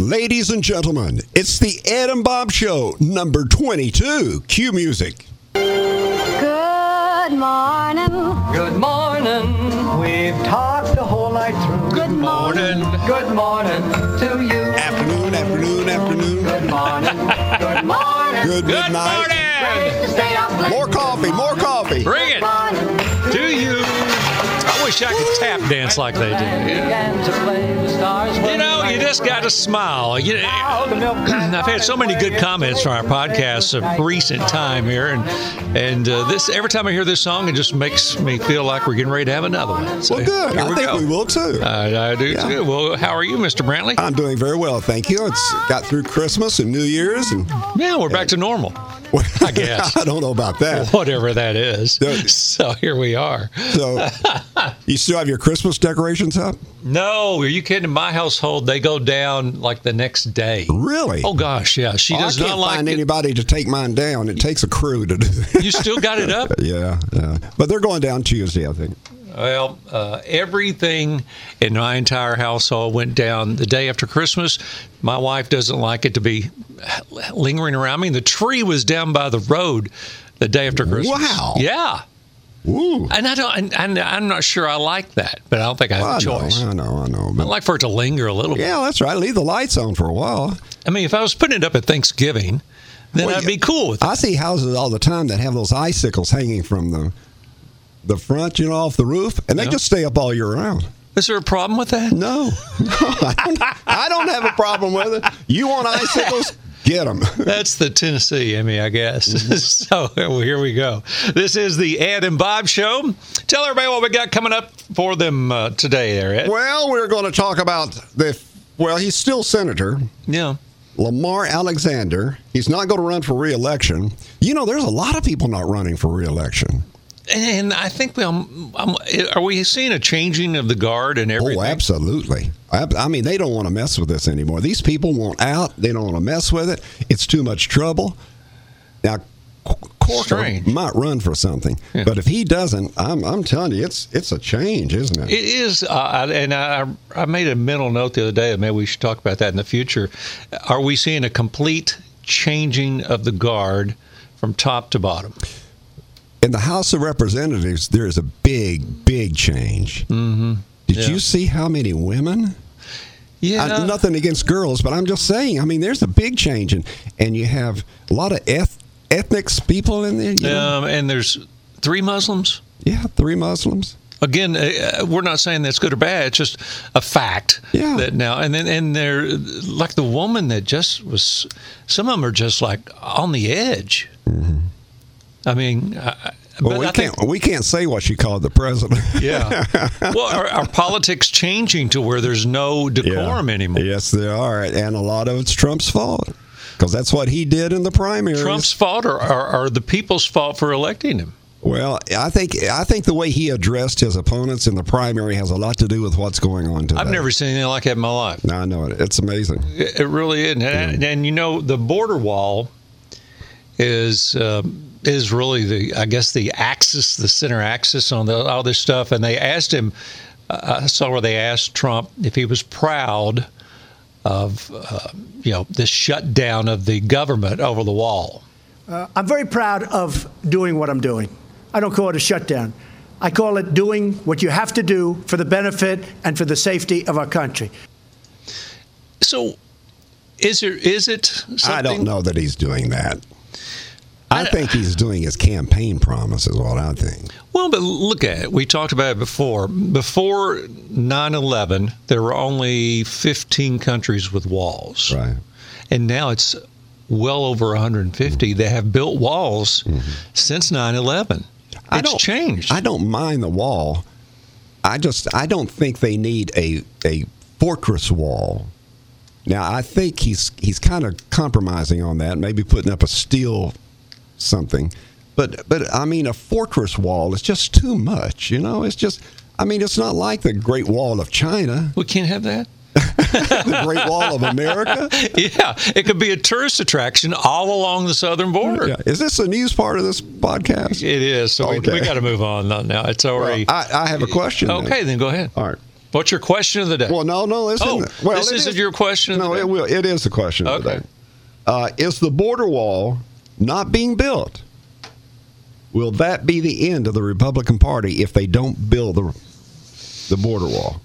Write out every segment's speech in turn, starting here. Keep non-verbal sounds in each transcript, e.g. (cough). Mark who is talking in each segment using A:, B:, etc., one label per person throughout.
A: Ladies and gentlemen, it's the Ed and Bob Show, number 22. Cue music.
B: Good morning.
C: Good morning. We've talked the whole night through. Good morning. Good morning to you.
A: Afternoon, afternoon, afternoon.
C: Good morning. Good morning.
A: Good,
D: Good
A: midnight.
D: morning!
B: Stay up late.
A: More coffee, more coffee.
D: Bring it! Do you? I wish I could tap dance like they do.
C: Began to play the stars.
D: You know, you just got to smile. You, (clears throat) I've had so many good comments from our podcast of recent time here, and and uh, this every time I hear this song, it just makes me feel like we're getting ready to have another one. So
A: Well, good.
D: Here
A: I
D: we
A: think
D: go. Uh,
A: we will Uh, too.
D: I, I do too. Well, how are you, Mr. Brantley?
A: I'm doing very well, thank you. It's got through Christmas and New Year's, and (laughs)
D: yeah, we're back to normal,
A: well,
D: I guess.
A: I don't know about that.
D: whatever that is.
A: Yeah.
D: (laughs) So here we are.
A: So, you still have your Christmas decorations up?
D: No, are you kidding? My household, they go down like the next day.
A: Really?
D: Oh gosh, yeah. She
A: Oh, I
D: does
A: can't
D: not like
A: find
D: it.
A: anybody to take mine down. It takes a crew to do. (laughs)
D: You still got it up?
A: yeah, yeah, but they're going down Tuesday, I think.
D: (laughs) Well, uh, everything in my entire household went down the day after Christmas. My wife doesn't like it to be lingering around. I mean, the tree was down by the road the day after Christmas.
A: Wow.
D: Yeah.
A: Ooh.
D: And I don't. And, and I'm not sure I like that, but I don't think I have
A: I
D: a choice.
A: know, I know, I know.
D: I
A: But
D: like for it to linger a little bit.
A: yeah, that's right. Leave the lights on for a while.
D: I mean, if I was putting it up at Thanksgiving, then
A: Well,
D: I'd
A: you-
D: be cool with it.
A: I see houses all the time that have those icicles hanging from the the front, you know, off the roof, and they
D: Yeah.
A: just stay up all year round.
D: Is there a problem with that?
A: No, no, (laughs) I don't, I don't have a problem with it. You want
D: (laughs)
A: icicles? Get them.
D: That's the Tennessee Emmy, I guess.
A: Mm-hmm.
D: (laughs) so well, here we go. This is the Ed and Bob Show. Tell everybody what we got coming up for them uh, today, there, Ed.
A: Well, we're going to talk about the. Well, he's still senator.
D: Yeah.
A: Lamar Alexander. He's not going to run for reelection. You know, there's a lot of people not running for reelection.
D: And I think we um, um, are we seeing a changing of the guard and everything.
A: Oh, absolutely. I, I mean, they don't want to mess with this anymore. These people want out. They don't want to mess with it. It's too much trouble. Now, C- Corker
D: Strange.
A: might run for something,
D: Yeah.
A: but if he doesn't, I'm, I'm telling you, it's it's a change, isn't it?
D: It is, uh, I- and I, I made a mental note the other day. Maybe we should talk about that in the future. Are we seeing a complete changing of the guard from top to bottom?
A: In the House of Representatives, there is a big, big change. Mm-hmm. Did
D: Yeah.
A: you see how many women?
D: Yeah,
A: I, nothing against girls, but I'm just saying. I mean, there's a big change, and and you have a lot of eth- ethnic people in there. you know?
D: Um, and there's three Muslims.
A: yeah, three Muslims.
D: Again, uh, we're not saying that's good or bad. It's just a fact
A: Yeah.
D: that now and then and they're like the woman that just was. Some of them are just like on the edge. I mean, I, I-
A: Mm-hmm. Well,
D: but
A: we
D: I think-
A: can't we can't say what she called the president. (laughs)
D: yeah. well, are, are politics changing to where there's no decorum anymore?
A: Yes, they are, and a lot of it's Trump's fault because that's what he did in the primaries.
D: Trump's fault or are, are the people's fault for electing him?
A: Well, I think I think the way he addressed his opponents in the primary has a lot to do with what's going on today.
D: I've never seen anything like that in my life.
A: No, I know it. It's amazing.
D: It it really isn't. And, and you know, the border wall is um, is really the I guess the axis, the center axis on the, all this stuff. And they asked him. Uh, I saw where they asked Trump if he was proud of uh, you know this shutdown of the government over the wall.
E: Uh, I'm very proud of doing what I'm doing. I don't call it a shutdown. I call it doing what you have to do for the benefit and for the safety of our country.
D: So. Is there is it something?
A: I don't know that he's doing that. I, think he's doing his campaign promise, is what I think.
D: Well, but look at it. We talked about it before. Before 9 11, there were only 15 countries with walls.
A: Right.
D: And now it's well over 150 that have built walls since 9 11.
A: Mm-hmm. I
D: It's
A: don't-
D: changed.
A: I don't mind the wall. I just I don't think they need a a fortress wall. Now I think he's he's kind of compromising on that, maybe putting up a steel something. But but I mean a fortress wall is just too much, you know? It's just I mean it's not like the Great Wall of China,
D: we can't have that. (laughs)
A: the Great Wall of America.
D: yeah. It could be a tourist attraction all along the southern border.
A: Yeah. Is this the news part of this podcast?
D: It is. So we,
A: Okay.
D: we got to move on now. It's
A: Well,
D: already.
A: I, I have a question. then.
D: okay, then go ahead.
A: All right.
D: What's your question of the day?
A: Well, no, no, this
D: Oh,
A: isn't. Well,
D: this
A: it
D: isn't your question of
A: No,
D: the day.
A: it will. It is the question of the
D: Okay.
A: day. Uh, is the border wall not being built? Will that be the end of the Republican Party if they don't build the the border wall?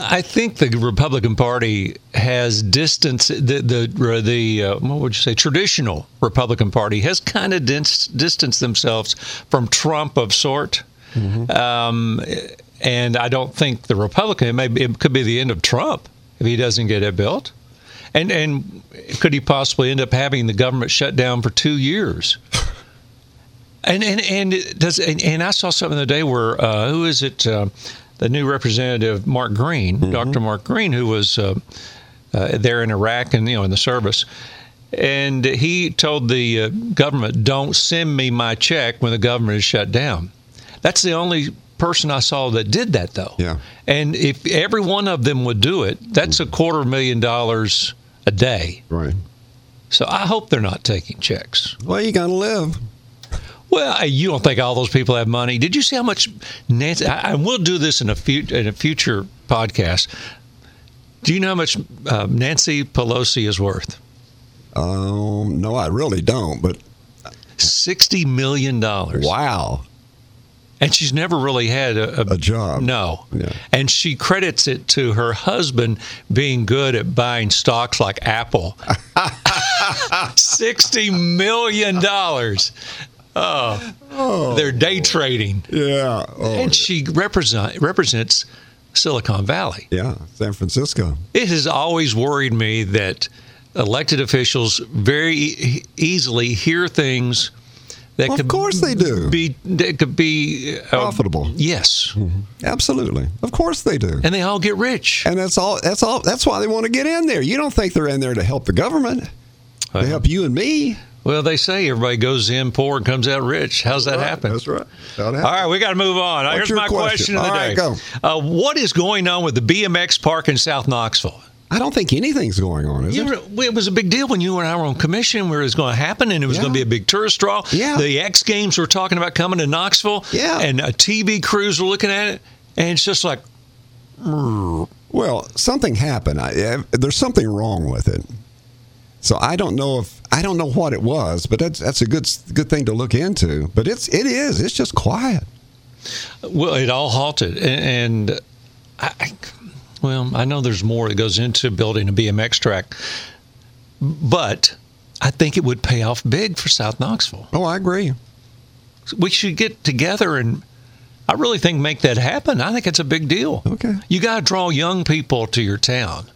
D: I think the Republican Party has distanced the the the uh, what would you say traditional Republican Party has kind of dis- distanced themselves from Trump of sort. Um, and I don't think the Republican it, may be, it could be the end of Trump if he doesn't get it built. And and could he possibly end up having the government shut down for two years? And and and it does and, and I saw something the other day where uh, who is it? Uh, the new representative Mark Green, Dr. Mark Green, who was uh, uh, there in Iraq and you know in the service, and he told the uh, government, "Don't send me my check when the government is shut down." That's the only person I saw that did that, though.
A: Yeah.
D: And if every one of them would do it, that's a quarter million dollars a day.
A: Right.
D: So I hope they're not taking checks.
A: Well, you gotta live.
D: Well, you don't think all those people have money? Did you see how much Nancy? I, I will do this in a future in a future podcast. Do you know how much uh, Nancy Pelosi is worth?
A: Um, no, I really don't. But
D: Sixty million dollars.
A: wow,
D: And she's never really had a,
A: A job.
D: No.
A: Yeah.
D: And she credits it to her husband being good at buying stocks like Apple.
A: (laughs)
D: Sixty million dollars. Oh, they're day trading.
A: yeah, oh,
D: and she represent, represents Silicon Valley.
A: yeah, San Francisco.
D: It has always worried me that elected officials very e- easily hear things that
A: Of
D: could
A: course they do.
D: be that could be uh,
A: Profitable. Mm-hmm.
D: Yes,
A: Absolutely, of course they do.
D: and they all get rich.
A: And that's all. That's all. That's why they want to get in there. You don't think they're in there to help the government? They help you and me.
D: Well, they say everybody goes in poor and comes out rich. How's that happen?
A: That's right. All
D: All right, we got to move on.
A: What's
D: Here's
A: your
D: my
A: question?
D: question, of the
A: All
D: day.
A: right, go.
D: Uh, what is going on with the BMX park in South Knoxville?
A: I don't think anything's going on, is
D: You
A: it?
D: were- it was a big deal when you and I were on commission where it was going to happen and it was
A: Yeah.
D: going to be a big tourist draw.
A: Yeah.
D: The X Games were talking about coming to Knoxville.
A: Yeah.
D: And uh, TV crews were looking at it. And it's just like,
A: Well, something happened. I, I- there's something wrong with it. So I don't know if I don't know what it was, but that's that's a good good thing to look into. But it's it is. It's just quiet.
D: well, it all halted. And, and I, I, well, I know there's more that goes into building a BMX track, but I think it would pay off big for South Knoxville.
A: Oh, I agree.
D: we should get together and I really think make that happen. I think it's a big deal.
A: Okay.
D: You got to draw young people to your town.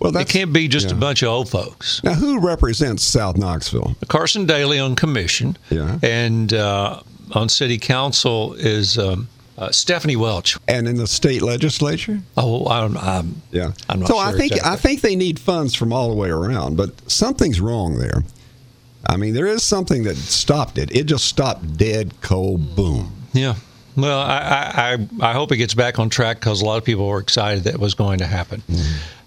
A: Well,
D: It
A: that's
D: can't be just a
A: yeah.
D: bunch of old folks.
A: Now, who represents South Knoxville?
D: Carson Daly on commission,
A: Yeah.
D: and uh, on city council is um, uh, Stephanie Welch.
A: And in the state legislature?
D: Oh, I'm, I'm
A: Yeah.
D: I'm not
A: so
D: sure
A: I think
D: exactly.
A: I think they need funds from all the way around, but something's wrong there. I mean, there is something that stopped it. It just stopped dead cold boom.
D: yeah. Well, I, I I I hope it gets back on track because a lot of people were excited that it was going to happen.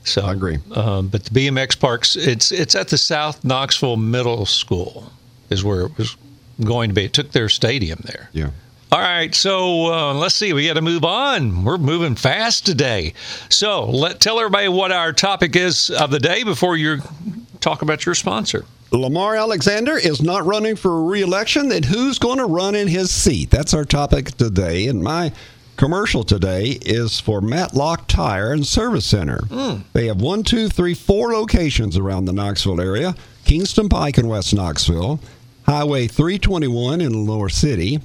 D: So
A: Mm-hmm. I agree.
D: Um, but the BMX parks, it's it's at the South Knoxville Middle School, is where it was going to be. It took their stadium there.
A: Yeah.
D: All right, so uh, let's see. We got to move on. We're moving fast today. So let tell everybody what our topic is of the day before you talk about your sponsor.
A: Lamar Alexander is not running for re-election, then who's going to run in his seat? That's our topic today. And my commercial today is for Matlock Tire and Service Center. They have one, two, three, four locations around the Knoxville area. Kingston Pike in West Knoxville, Highway 321 in Lower City,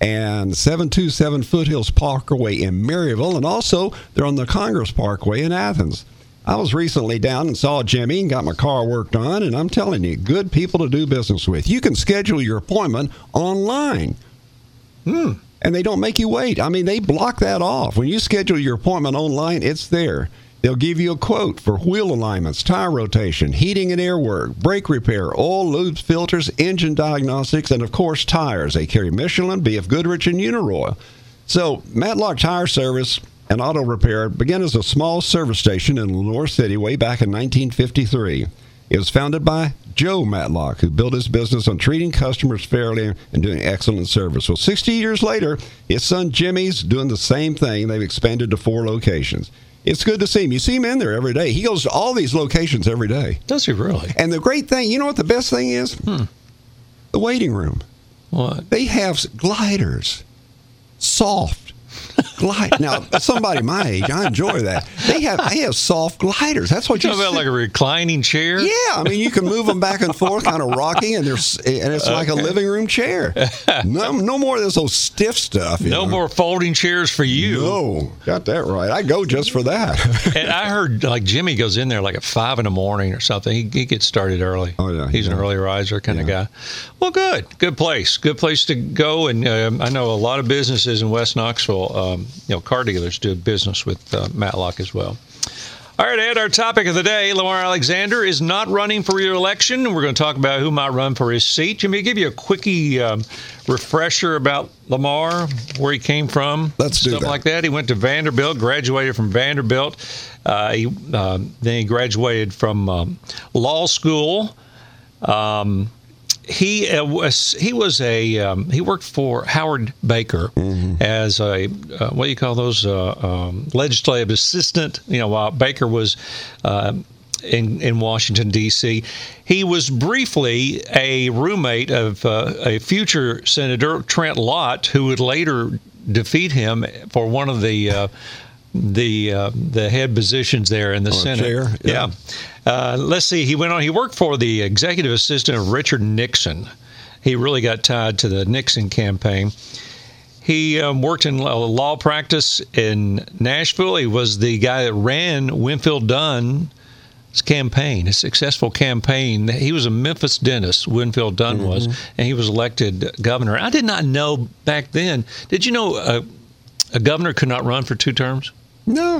A: and 727 Foothills Parkway in Maryville, and also they're on the Congress Parkway in Athens. I was recently down and saw Jimmy and got my car worked on, and I'm telling you, good people to do business with. You can schedule your appointment online. And they don't make you wait. I mean, they block that off. When you schedule your appointment online, it's there. They'll give you a quote for wheel alignments, tire rotation, heating and air work, brake repair, oil, lubes, filters, engine diagnostics, and of course, tires. They carry Michelin, BF Goodrich, and Uniroyal. So, Matlock Tire Service and Auto Repair began as a small service station in Lenore City way back in 1953. It was founded by Joe Matlock, who built his business on treating customers fairly and doing excellent service. Well, 60 years later, his son Jimmy's doing the same thing. They've expanded to four locations. It's good to see him. You see him in there every day. He goes to all these locations every day.
D: Does he really?
A: And the great thing, you know what the best thing is? The waiting room. (laughs)
D: What?
A: They have gliders, soft glide. Now, somebody my age, I enjoy that. They have they have soft gliders. That's what
D: You
A: you
D: talking about
A: sit-
D: like a reclining chair?
A: yeah, I mean you can move them back and forth, kind of rocking, and there's and it's like a living room chair. No, no more of this old stiff stuff. you
D: No
A: know.
D: more folding chairs for you.
A: No, got that right. I go just for that. (laughs)
D: And I heard like Jimmy goes in there like at five in the morning or something. He, he gets started early.
A: Oh, yeah,
D: he's an
A: yeah.
D: early riser kind
A: Yeah.
D: of guy. Well, good, good place, good place to go. And um, I know a lot of businesses in West Knoxville, um, you know, car dealers do business with uh, Matlock as well. All right, Ed, our topic of the day Lamar Alexander is not running for re election. We're going to talk about who might run for his seat. Jimmy, give you a quickie um, refresher about Lamar, where he came from.
A: Let's do
D: stuff
A: that.
D: like that. He went to Vanderbilt, graduated from Vanderbilt. Uh, he, um, then he graduated from um, law school. Um, he uh, was he was a um, he worked for Howard Baker
A: Mm-hmm.
D: as a uh, what do you call those uh, um, legislative assistant. You know, while Baker was uh, in in Washington D.C., he was briefly a roommate of uh, a future Senator Trent Lott, who would later defeat him for one of the. Uh, the uh, the head positions there in the Senate.
A: Oh, chair,
D: yeah.
A: yeah.
D: Uh, let's see. He went on. He worked for the executive assistant of Richard Nixon. He really got tied to the Nixon campaign. He um, worked in a law practice in Nashville. He was the guy that ran Winfield Dunn's campaign, his successful campaign. He was a Memphis dentist, Winfield Dunn was,
A: Mm-hmm.
D: and he was elected governor. I did not know back then. Did you know a, a governor could not run for two terms?
A: No.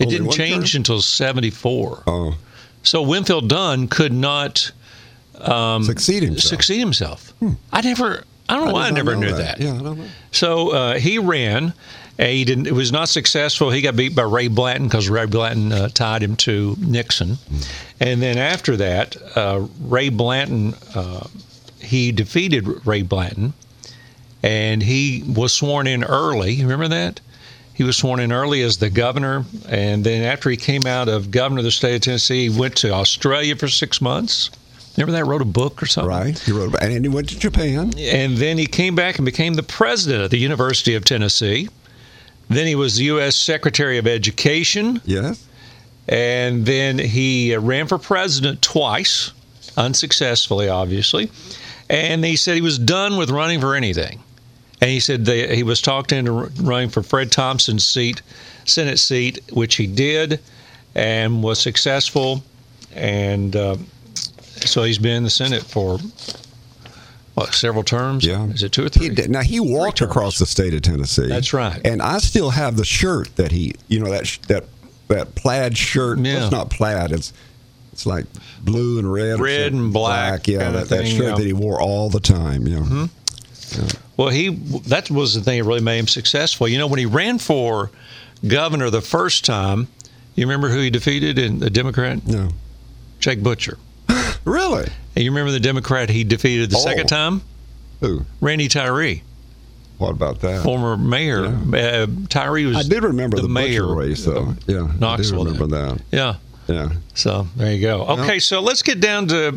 D: It
A: Only
D: didn't
A: one
D: change
A: term?
D: until 74.
A: Oh,
D: So Winfield Dunn could not Um,
A: succeed himself. Hmm.
D: succeed himself. I never, I don't know
A: did
D: why Oh, I
A: not
D: never
A: know
D: knew that.
A: Yeah, I don't know.
D: So uh, he ran. And he didn't. It was not successful. He got beat by Ray Blanton because Ray Blanton uh, tied him to Nixon. And then after that, uh, Ray Blanton, uh, he defeated Ray Blanton, and he was sworn in early. You Remember that? He was sworn in early as the governor, and then after he came out of governor of the state of Tennessee, he went to Australia for six months. Remember that? Wrote a book or something
A: Right. He wrote about, and then he went to Japan.
D: and then he came back and became the president of the University of Tennessee. Then he was the U.S. Secretary of Education,
A: Yes.
D: and then he uh, ran for president twice, unsuccessfully, obviously. And he said he was done with running for anything. And he said that he was talked into r- running for Fred Thompson's seat, Senate seat, which he did, and was successful. And uh, so he's been in the Senate for what several terms?
A: Yeah.
D: is it two or
A: He
D: three?
A: did. Now he walked
D: terms.
A: across the state of Tennessee.
D: That's right.
A: And I still have the shirt that he, you know, that sh- that that plaid shirt.
D: Yeah.
A: It's not plaid. It's it's like blue and red. or
D: Red
A: something.
D: and black
A: Yeah,
D: kinda
A: that, that
D: thing,
A: shirt
D: yeah. Mm-hmm.
A: that he wore all the time. Yeah.
D: Well, he that was the thing that really made him successful. You know, when he ran for governor the first time, you remember who he defeated in the Democrat,
A: No.
D: Jake Butcher.
A: Really?
D: And you remember the Democrat he defeated the
A: Oh.
D: second time,
A: Who?
D: Randy Tyree,
A: What about that?
D: former mayor. Uh, Tyree was
A: I did remember the,
D: mayor
A: butcher race though.
D: of
A: Yeah.
D: Knoxville
A: I
D: then.
A: do remember
D: Yeah.
A: that. Yeah.
D: So there you go. Okay, so let's get down to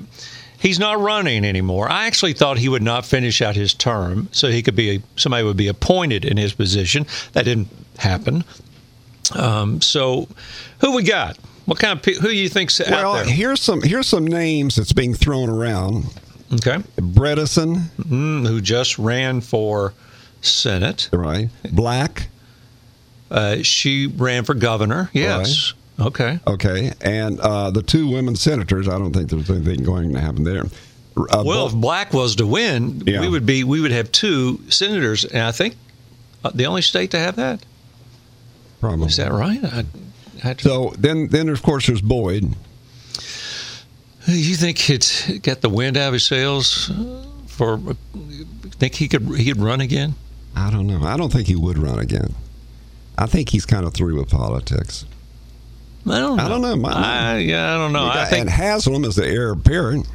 D: he's not running anymore. I actually thought he would not finish out his term, so he could be somebody would be appointed in his position. That didn't happen. Um, so who we got? What kind of pe- who you think's
A: Well,
D: out there?
A: here's some here's some names that's being thrown around.
D: Okay,
A: Bredesen,
D: Mm, who just ran for Senate?
A: right? Black,
D: Uh, she ran for governor. Yes. Okay.
A: Okay, and uh, the two women senators. I don't think there's anything going to happen there. Uh,
D: Well,
A: both-
D: if Black was to win,
A: Yeah.
D: we would be we would have two senators, and I think uh, the only state to have that.
A: probably.
D: Is that right? I, I had to,
A: So then, then of course there's Boyd.
D: you think he'd get the wind out of his sails for? Think he could he could run again?
A: I don't know. I don't think he would run again. I think he's kind of through with politics.
D: I don't know.
A: I don't know. My-
D: I, yeah, I don't know. I think
A: and Haslam is the heir apparent.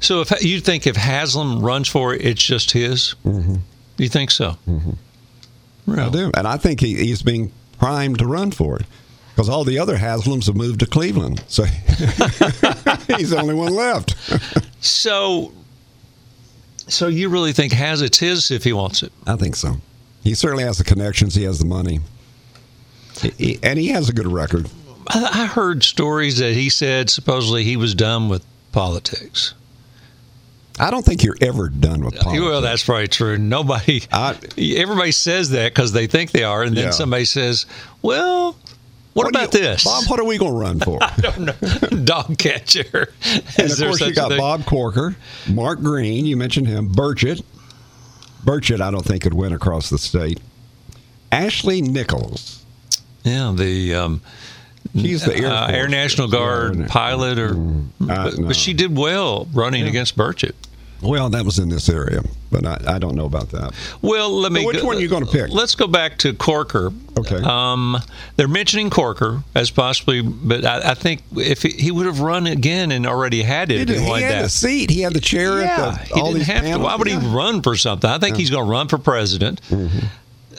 D: so. If you think if Haslam runs for it, it's just his. Mm-hmm. You think so? Mm-hmm.
A: I do, and I think he, he's being primed to run for it because all the other Haslams have moved to Cleveland, so (laughs) he's the only one left.
D: So, so you really think has it's his if he wants it?
A: I think so. He certainly has the connections. He has the money, He- he- and he has a good record.
D: I, I heard stories that he said supposedly he was done with politics.
A: I don't think you're ever done with politics.
D: Well, that's probably true. Nobody,
A: I-
D: everybody says that because they think they are, and then
A: Yeah. somebody
D: somebody says, "Well, what,
A: do
D: about
A: you-
D: this?"
A: Bob? What are we going to run
D: (laughs)
A: for?
D: Dog catcher.
A: (laughs) and of course, you got Bob Corker, Mark Green. You mentioned him. Burchett. Burchett, I don't think could win across the state. Ashley Nichols.
D: Yeah, the um,
A: She's the Air,
D: uh, Air
A: Force.
D: National Guard
A: Yeah. Mm-hmm.
D: pilot, or
A: I-
D: but,
A: no.
D: but she did well running against Burchett.
A: Well, that was in this area, but I, I don't know about that.
D: Well, let me.
A: which
D: go-
A: one you gonna pick?
D: Let's go back to Corker.
A: Okay.
D: Um, they're mentioning Corker as possibly, but I, I think if he, he would have run again and already had it,
A: He,
D: if he
A: did, he
D: wanted
A: had
D: that.
A: a seat. He had the chair.
D: Yeah,
A: at the,
D: he
A: all
D: didn't
A: these
D: have to.
A: panels.
D: Why would
A: Yeah. Mm-hmm.
D: he run for something? I think he's going to run for president. Uh,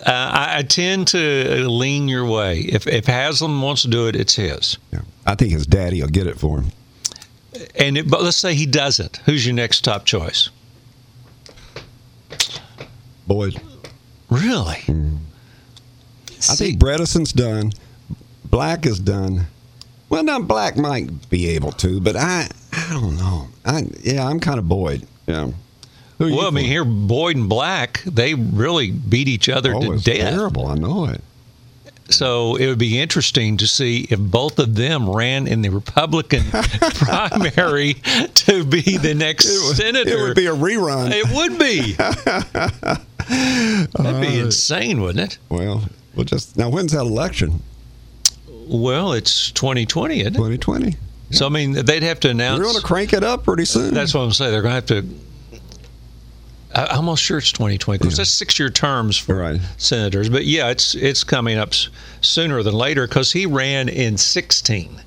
D: I, I tend to uh, lean your way. If if Haslam wants to do it, it's his.
A: Yeah. I think his daddy will get it for him.
D: And it, but let's say he doesn't. Who's your next top choice?
A: Boys,
D: Really?
A: Mm. I think Bredesen's done. Black is done. Well, now Black might be able to, but I, I don't know. I yeah, I'm kind of Boyd. Yeah. Who are you
D: Well, I mean,
A: for?
D: here Boyd and Black, they really beat each other
A: oh,
D: to
A: it's
D: death.
A: terrible. I know it.
D: So it would be interesting to see if both of them ran in
A: (laughs)
D: the Republican primary to be the next senator.
A: It would be a rerun.
D: It would
A: (laughs)
D: be. That'd be insane, wouldn't it?
A: well, we'll just now. When's that election?
D: Well, it's 2020, isn't it?
A: 2020.
D: So I mean, they'd have to
A: We're going
D: announce.
A: to crank it up pretty soon.
D: That's what I'm saying. They're going to have to. I- I'm almost sure it's 2020 because that's six-year terms for
A: Right.
D: senators. But yeah, it's it's coming up s- sooner than later because he ran in 16.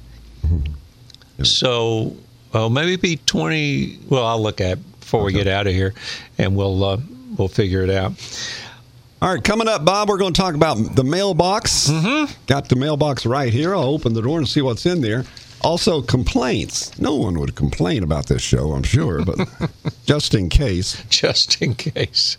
A: Mm-hmm.
D: So, well, maybe it'd be 20. Well, I'll look at it before we get out of here, and we'll uh, we'll figure it out. (laughs)
A: All right, coming up, Bob, we're going to talk about the mailbox. Mm-hmm. Got the mailbox right here. I'll open the door and see what's in there. Also, complaints. No one would complain about this show, I'm sure,
D: (laughs)
A: but just in case.
D: just in case.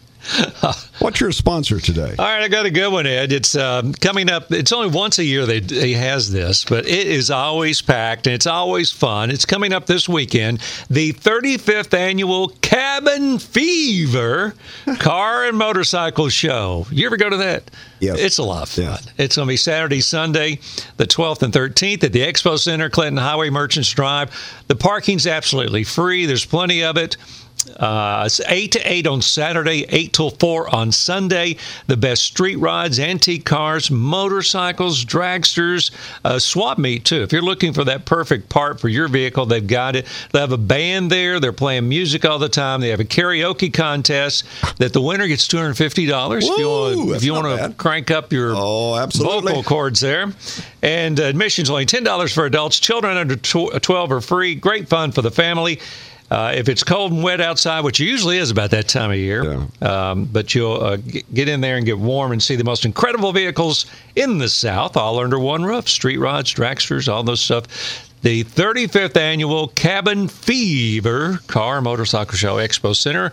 A: What's your sponsor today?
D: All right, I got a good one, Ed. It's um, coming up. It's only once a year they he has this, but it is always packed and it's always fun. It's coming up this weekend, the 35th annual Cabin Fever Car and Motorcycle Show. You ever go to that?
A: Yes.
D: It's a lot of fun.
A: Yes.
D: It's going to be Saturday, Sunday, the 12th and 13th at the Expo Center, Clinton Highway Merchants Drive. The parking's absolutely free. There's plenty of it. Uh, it's 8 to 8 on Saturday, 8 till 4 on Sunday. The best street rides, antique cars, motorcycles, dragsters, uh, swap meet, too. If you're looking for that perfect part for your vehicle, they've got it. They have a band there. They're playing music all the time. They have a karaoke contest that the winner gets $250 if you
A: Woo,
D: wanna- if
A: that's
D: you
A: not
D: want to
A: bad.
D: crank up your
A: Oh, absolutely.
D: vocal cords there. And uh, admissions only $10 for adults. Children under tw- 12 are free. Great fun for the family. Uh, if it's cold and wet outside, which it usually is about that time of year, um, but you'll uh, g- get in there and get warm and see the most incredible vehicles in the South, all under one roof street rods, dragsters, all those stuff. The 35th annual Cabin Fever Car Motorcycle Show Expo Center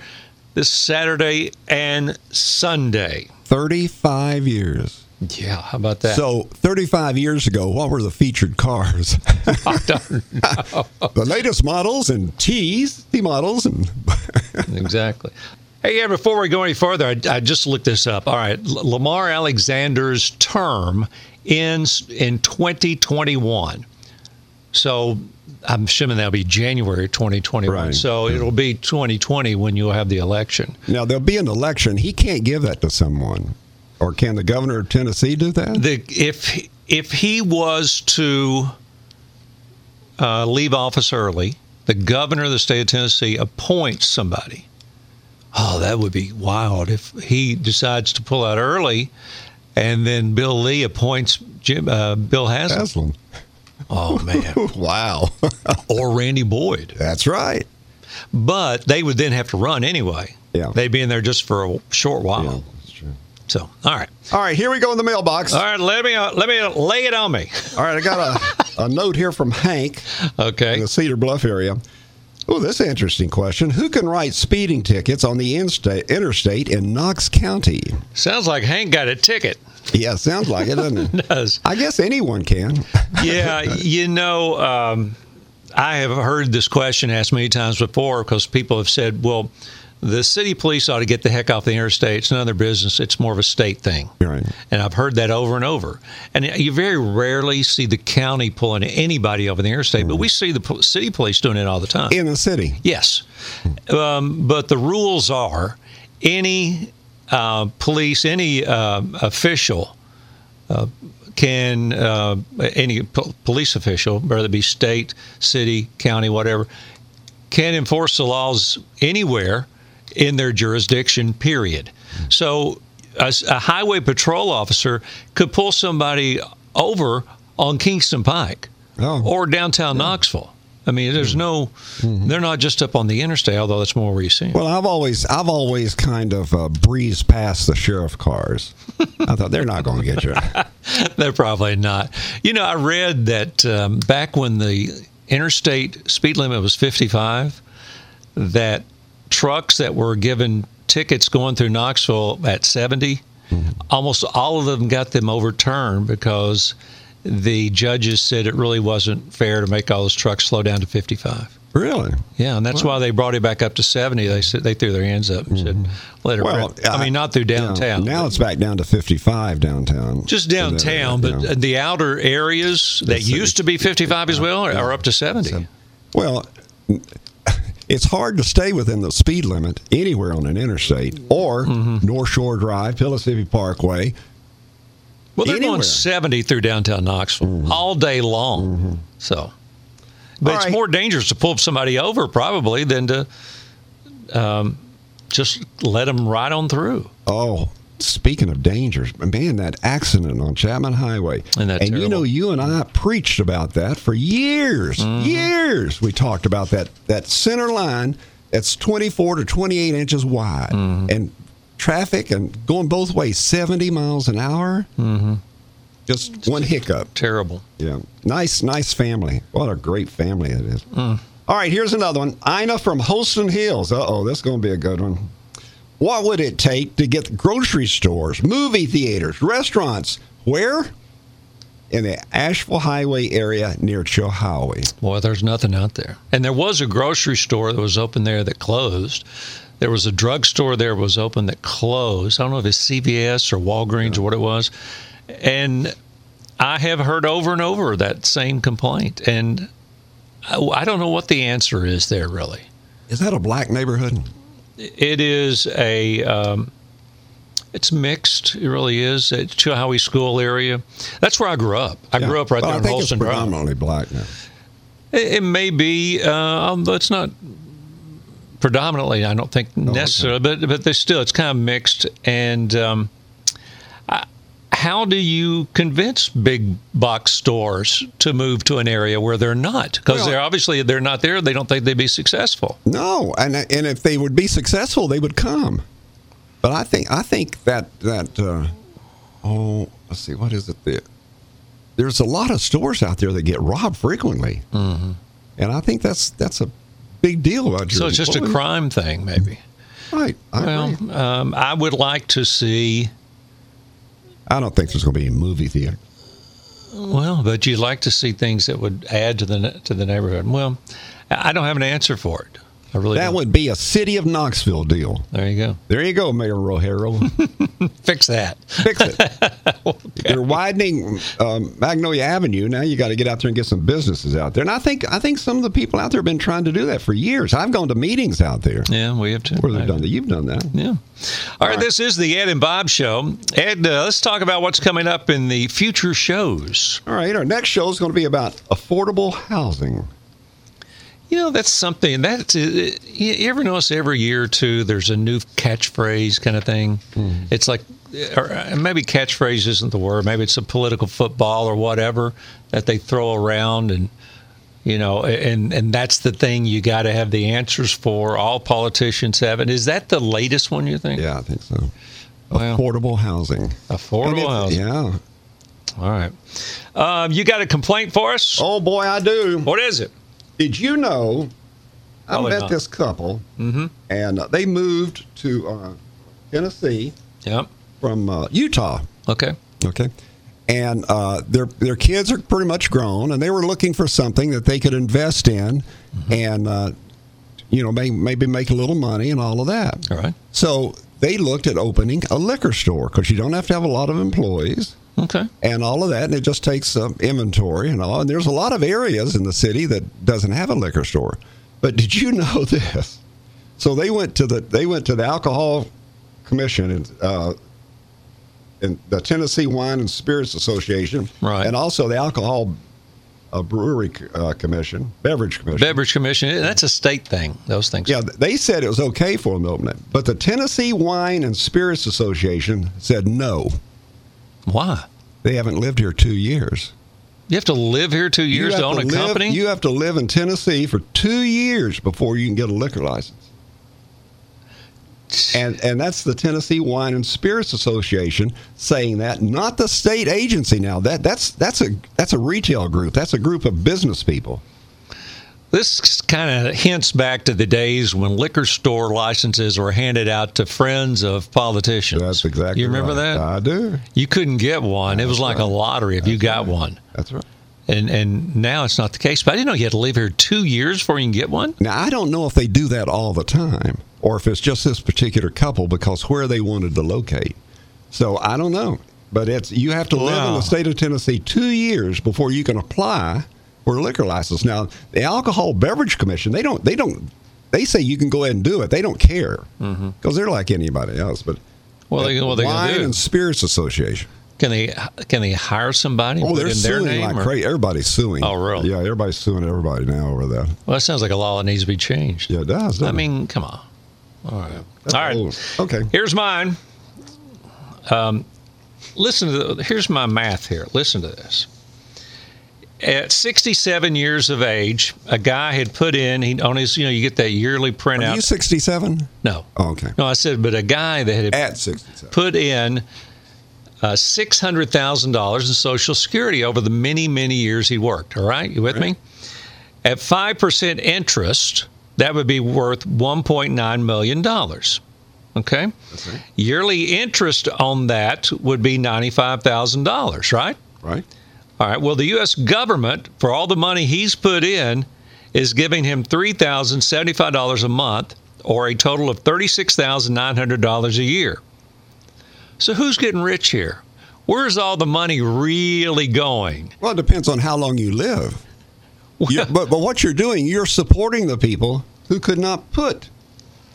D: this Saturday and Sunday.
A: 35 years.
D: Yeah, how about that?
A: So, 35 years ago, what were the featured cars?
D: (laughs) I don't know.
A: the latest models and T's, the models, and (laughs)
D: (laughs) exactly. Hey, yeah, before we go any further, I, I just looked this up. All right, L- Lamar Alexander's term ends in 2021. So I'm assuming that'll be January 2021.
A: Right.
D: So it'll be 2020 when you'll have the election.
A: now there'll be an election. He can't give that to someone. Or can the governor of Tennessee do that?
D: The if if he was to uh, leave office early, the governor of the state of Tennessee appoints somebody. Oh, that would be wild if he decides to pull out early, and then Bill Lee appoints Jim, uh, Bill Haslam.
A: Haslam.
D: Oh man,
A: (laughs) Wow.
D: or Randy Boyd.
A: That's right.
D: But they would then have to run anyway.
A: Yeah.
D: They'd be in there just for a short while.
A: that's true.
D: So, all right,
A: Uh-huh. All right, here we go in the mailbox.
D: all right. Let me uh, let me lay it on me. (laughs)
A: All right, I got a, a note here from Hank in
D: Okay.
A: the Cedar Bluff area. Oh, this is an interesting question. Who can write speeding tickets on the insta- interstate in Knox County?
D: Sounds like Hank got a ticket.
A: Yeah, sounds like it, doesn't (laughs) it?
D: Does
A: I guess anyone can. (laughs)
D: yeah, you know, um, I have heard this question asked many times before because people have said, well, the city police ought to get the heck off the interstate. It's none of their business. It's more of a state thing.
A: Right.
D: And I've heard that over and over. And you very rarely see the county pulling anybody over the interstate, but we see the pol- city police doing it all the time.
A: In the city.
D: Yes. Um, but the rules are any uh, police, any uh, official uh, can, uh, any po- police official, whether it be state, city, county, whatever, can enforce the laws anywhere in their jurisdiction, period. So a, s- a highway patrol officer could pull somebody over on Kingston Pike
A: Oh.
D: or downtown Knoxville. I mean, there's no, they're not just up on the interstate, although that's more where you see 'em.
A: Well, I've always I've always kind of uh, breezed past the sheriff cars. I thought they're not going to (laughs) get you.
D: (laughs) They're probably not. You know, I read that um, back when the interstate speed limit was 55, that trucks that were given tickets going through Knoxville at 70, almost all of them got them overturned because the judges said it really wasn't fair to make all those trucks slow down to 55.
A: Really?
D: Yeah, and that's why they brought it back up to 70. They said they threw their hands up and said, "Let it
A: Well,
D: rip." I mean, not through
A: Yeah.
D: downtown.
A: Now it's back down to 55 downtown.
D: Just downtown, but uh,
A: Yeah.
D: the outer areas that
A: It's-
D: used to be 55 as well are up to 70.
A: well, (laughs) it's hard to stay within the speed limit anywhere on an interstate or
D: Mm-hmm.
A: North Shore Drive, Pillow City Parkway.
D: Well, they're
A: Anywhere. Mm-hmm.
D: going 70 through downtown Knoxville all day long. So, but
A: All
D: it's
A: right.
D: more dangerous to pull somebody over probably than to um, just let them ride on through.
A: Oh, speaking of dangers, man, that accident on Chapman Highway.
D: Isn't that
A: and you know,
D: terrible?
A: you and I preached about that for years,
D: Mm-hmm.
A: years. We talked about that that center line that's 24 to 28 inches wide,
D: Mm-hmm.
A: and traffic and going both ways, 70 miles an hour.
D: Mm-hmm.
A: Just one hiccup.
D: Terrible.
A: Yeah. Nice, nice family. What a great family it is.
D: Hmm.
A: All right, here's another one. Ina from Holston Hills. Uh oh, this is going to be a good one. What would it take to get grocery stores, movie theaters, restaurants? Where? In the Asheville Highway area near Chilhowie.
D: Boy, there's nothing out there. And there was a grocery store that was open there that closed. There was a drugstore there was open that closed. I don't know if it's CVS or Walgreens or what it was. And I have heard over and over that same complaint. And I, I don't know what the answer is there really.
A: Is that a black neighborhood?
D: It is a. Um, it's mixed. It really is. It's Chilhowie School area. That's where I grew up. I grew up right
A: Well,
D: there
A: I
D: in
A: think
D: Holston
A: it's
D: Drive.
A: predominantly black now.
D: It, it may be. Uh, um, it's not predominantly. I
A: Oh,
D: don't think necessarily, but but there's still it's kind of mixed. And um, I, how do you convince big box stores to move to an area where they're not? Because
A: Well-
D: they're obviously they're not there. They don't think they'd be successful.
A: No, and and if they would be successful, they would come. But I think I think that that uh, oh, let's see, what is it? The, there's a lot of stores out there that get robbed frequently, mm-hmm. and I think that's that's a big deal about your
D: So it's just a
A: employees.
D: crime thing, maybe.
A: Right. I, agree.
D: Well, um, I would like to see.
A: I don't think there's going to be a movie theater.
D: Well, but you'd like to see things that would add to the to the neighborhood. Well, I I don't have an answer for it. I really
A: That
D: don't.
A: would be a city of Knoxville deal.
D: There you go.
A: There you go, Mayor O'Hara.
D: Fix that.
A: Fix it.
D: (laughs)
A: They're widening um, Magnolia Avenue. Now you got to get out there and get some businesses out there. And I think I think some of the people out there have been trying to do that for years. I've gone to meetings out there
D: Yeah, we have to.
A: where they've done that. You've done that.
D: Yeah. All right, this is the Ed and Bob Show. Ed, uh, let's talk about what's coming up in the future shows.
A: All right. Our next show is going to be about affordable housing.
D: You know, that's something. That's you you ever notice every year or two there's a new catchphrase kind of thing.
A: Mm-hmm.
D: It's like, or uh, maybe catchphrase isn't the word. Maybe it's a political football or whatever that they throw around, and you know, and and that's the thing you got to have the answers for. All politicians have it. Is that the latest one you think?
A: Yeah, I think so.
D: Wow.
A: Affordable housing. And
D: Affordable
A: it-
D: housing.
A: Yeah.
D: All right. Um, you got a complaint for us?
A: Oh boy, I do.
D: What is it?
A: Did you know? I
D: Probably
A: met
D: not. Mm-hmm.
A: this couple, and uh, they moved to uh, Tennessee
D: Yep.
A: from uh, Utah.
D: Okay.
A: Okay. And uh, their their kids are pretty much grown, and they were looking for something that they could invest in,
D: Mm-hmm.
A: and uh, you know may, maybe make a little money and all of that.
D: All right.
A: So they looked at opening a liquor store because you don't have to have a lot of employees
D: Okay.
A: and all of that, and it just takes um, inventory and all. And there's a lot of areas in the city that doesn't have a liquor store. But did you (laughs) know this? So they went to the they went to the alcohol commission and uh, and the Tennessee Wine and Spirits Association,
D: Right.
A: and also the alcohol uh, brewery uh, commission, beverage commission.
D: Beverage Commission. That's a state thing. Those things.
A: Yeah, they said it was okay for them to open it, but the Tennessee Wine and Spirits Association said no.
D: Why?
A: They haven't lived here two years.
D: You have to live here two
A: You
D: years to
A: have
D: own a
A: live,
D: company.
A: You have to live in Tennessee for two years before you can get a liquor license. And and that's the Tennessee Wine and Spirits Association saying that, not the state agency. Now that that's that's a that's a retail group. That's a group of business people.
D: this kind of hints back to the days when liquor store licenses were handed out to friends of politicians.
A: That's exactly.
D: You remember
A: right.
D: that?
A: I do.
D: you couldn't get one. It was like a lottery if you got one.
A: That's right.
D: And and now it's not the case. But I didn't know you had to live here two years before you can get one.
A: Now I don't know if they do that all the time or if it's just this particular couple because where they wanted to locate. So I don't know. But it's you have to live in
D: Wow.
A: the state of Tennessee two years before you can apply for a liquor license. Now the Alcohol Beverage Commission they don't they don't they say you can go ahead and do it. They don't care because they're like anybody else. But
D: Well, Mm-hmm. they, what are they going
A: Wine
D: to do?
A: and Spirits Association.
D: Can they can they hire somebody? and
A: Oh,
D: put
A: they're
D: in their
A: suing
D: name?
A: like
D: or-
A: crazy. Everybody's suing.
D: Oh, really?
A: Yeah, everybody's suing everybody now over that.
D: Well, that sounds like a law that needs to be changed.
A: Yeah, it does.
D: I
A: doesn't it?
D: mean, come on. All right. All
A: Oh,
D: right.
A: okay.
D: Here's mine. Um, listen to the, here's my math here. Listen to this. At 67 years of age, a guy had put in he on his you know you get that yearly
A: Are
D: printout.
A: you sixty-seven?
D: no,
A: Oh, okay.
D: no, I said, but a guy that had
A: At 67.
D: put in uh, six hundred thousand dollars in Social Security over the many many years he worked. All right, you with me? At five percent interest, that would be worth one point nine million dollars. Okay, yearly interest on that would be ninety five thousand dollars. Right.
A: Right?
D: All right. Well, the U.S. government, for all the money he's put in, is giving him three thousand seventy-five dollars a month, or a total of thirty-six thousand nine hundred dollars a year. So who's getting rich here? Where's all the money really going?
A: Well, it depends on how long you live. You- (laughs) but but what you're doing, you're supporting the people who could not put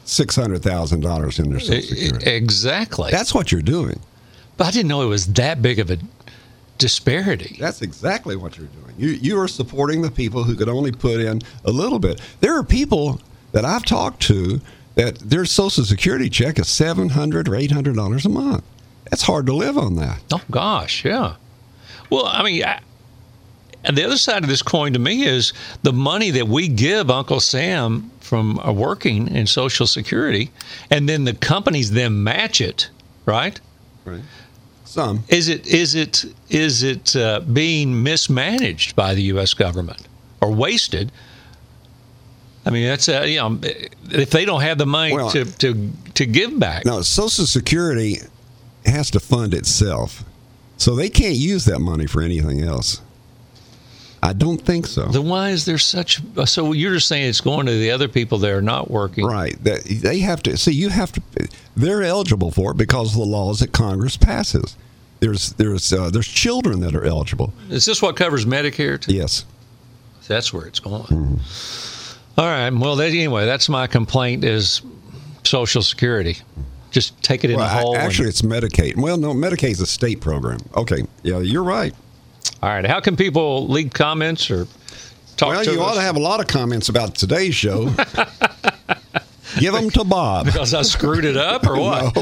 A: six hundred thousand dollars in their
D: (laughs) E-
A: social
D: e-
A: security.
D: Exactly.
A: That's what you're doing.
D: but I didn't know it was that big of a disparity.
A: That's exactly what you're doing. You you are supporting the people who could only put in a little bit. There are people that I've talked to that their social security check is seven hundred or eight hundred dollars a month. That's hard to live on that.
D: Oh gosh, yeah. Well, I mean, I, and the other side of this coin to me is the money that we give Uncle Sam from uh, working in Social Security, and then the companies then match it, right?
A: Right. Some.
D: Is it is it is it uh, being mismanaged by the U.S. government or wasted? I mean, that's uh, you know, if they don't have the money
A: Well-
D: to, to to give back,
A: Now, Social Security has to fund itself, so they can't use that money for anything else. I don't think so.
D: then why is there such? So you're just saying it's going to the other people that are not working,
A: right? That they have to see. You have to. They're eligible for it because of the laws that Congress passes. There's there's uh, there's children that are eligible.
D: Is this what covers Medicare? Too?
A: Yes. Mm-hmm.
D: That's where it's going. All right. Well, that, anyway, that's my complaint is Social Security. Just take it in
A: Well,
D: the hole.
A: I-
D: and-
A: actually, it's Medicaid. Well, no, Medicaid's a state program. Okay. Yeah, you're right.
D: all right. How can people leave comments or Talk
A: well,
D: to
A: you
D: us.
A: ought to have a lot of comments about today's show.
D: (laughs)
A: Give them to Bob.
D: because I screwed it
A: (laughs)
D: up or what?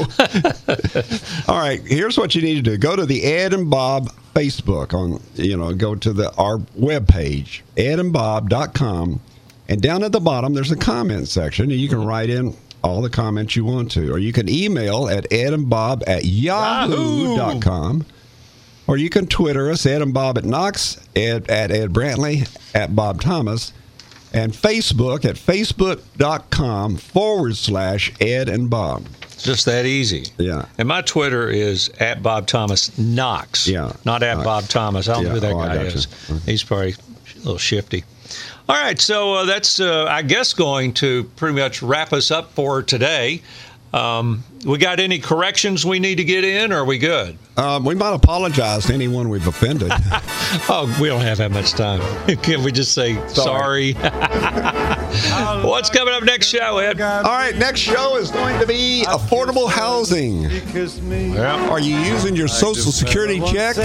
A: All right, here's what you need to do. Go to the Ed and Bob Facebook on you know, go to the our webpage, edandbob.com, and down at the bottom there's a comment section and you can write in all the comments you want to. Or you can email at edandbob at yahoo dot com, Or you can Twitter us, Ed and Bob at Knox, Ed at Ed Brantley, at Bob Thomas, and Facebook at Facebook.com forward slash Ed and Bob.
D: It's just that easy.
A: Yeah.
D: And my Twitter is at Bob Thomas Knox.
A: Yeah,
D: Not at
A: Knox.
D: Bob Thomas. I don't know
A: Yeah,
D: who that
A: oh, I
D: guy
A: gotcha.
D: is.
A: Mhm.
D: He's probably a little shifty. All right. So uh, that's, uh, I guess, going to pretty much wrap us up for today. Um, we got any corrections we need to get in? Or are we good?
A: Um, we might apologize to anyone we've offended.
D: (laughs) Oh, we don't have that much time. (laughs) Can we just say sorry? (laughs)
A: Sorry.
D: What's coming up next show, Ed?
A: All right, next show is going to be affordable housing. Are you using your Social Security check?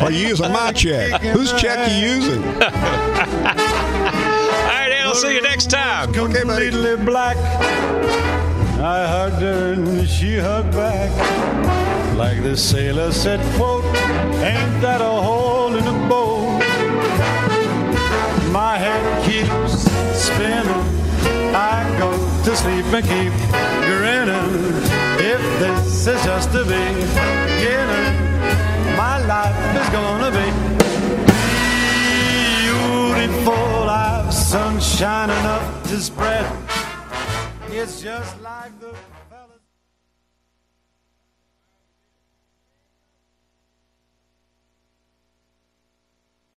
A: Are you using my check? Whose check are you using?
D: All right, Ed, I'll see you next time.
A: Okay, buddy.
F: completely black. I hugged her and she hugged back. Like the sailor said, quote, ain't that a hole in a boat? My head keeps spinning. I go to sleep and keep grinning. If this is just the beginning, my life is gonna be beautiful. I've sun shining up to spread. It's just like the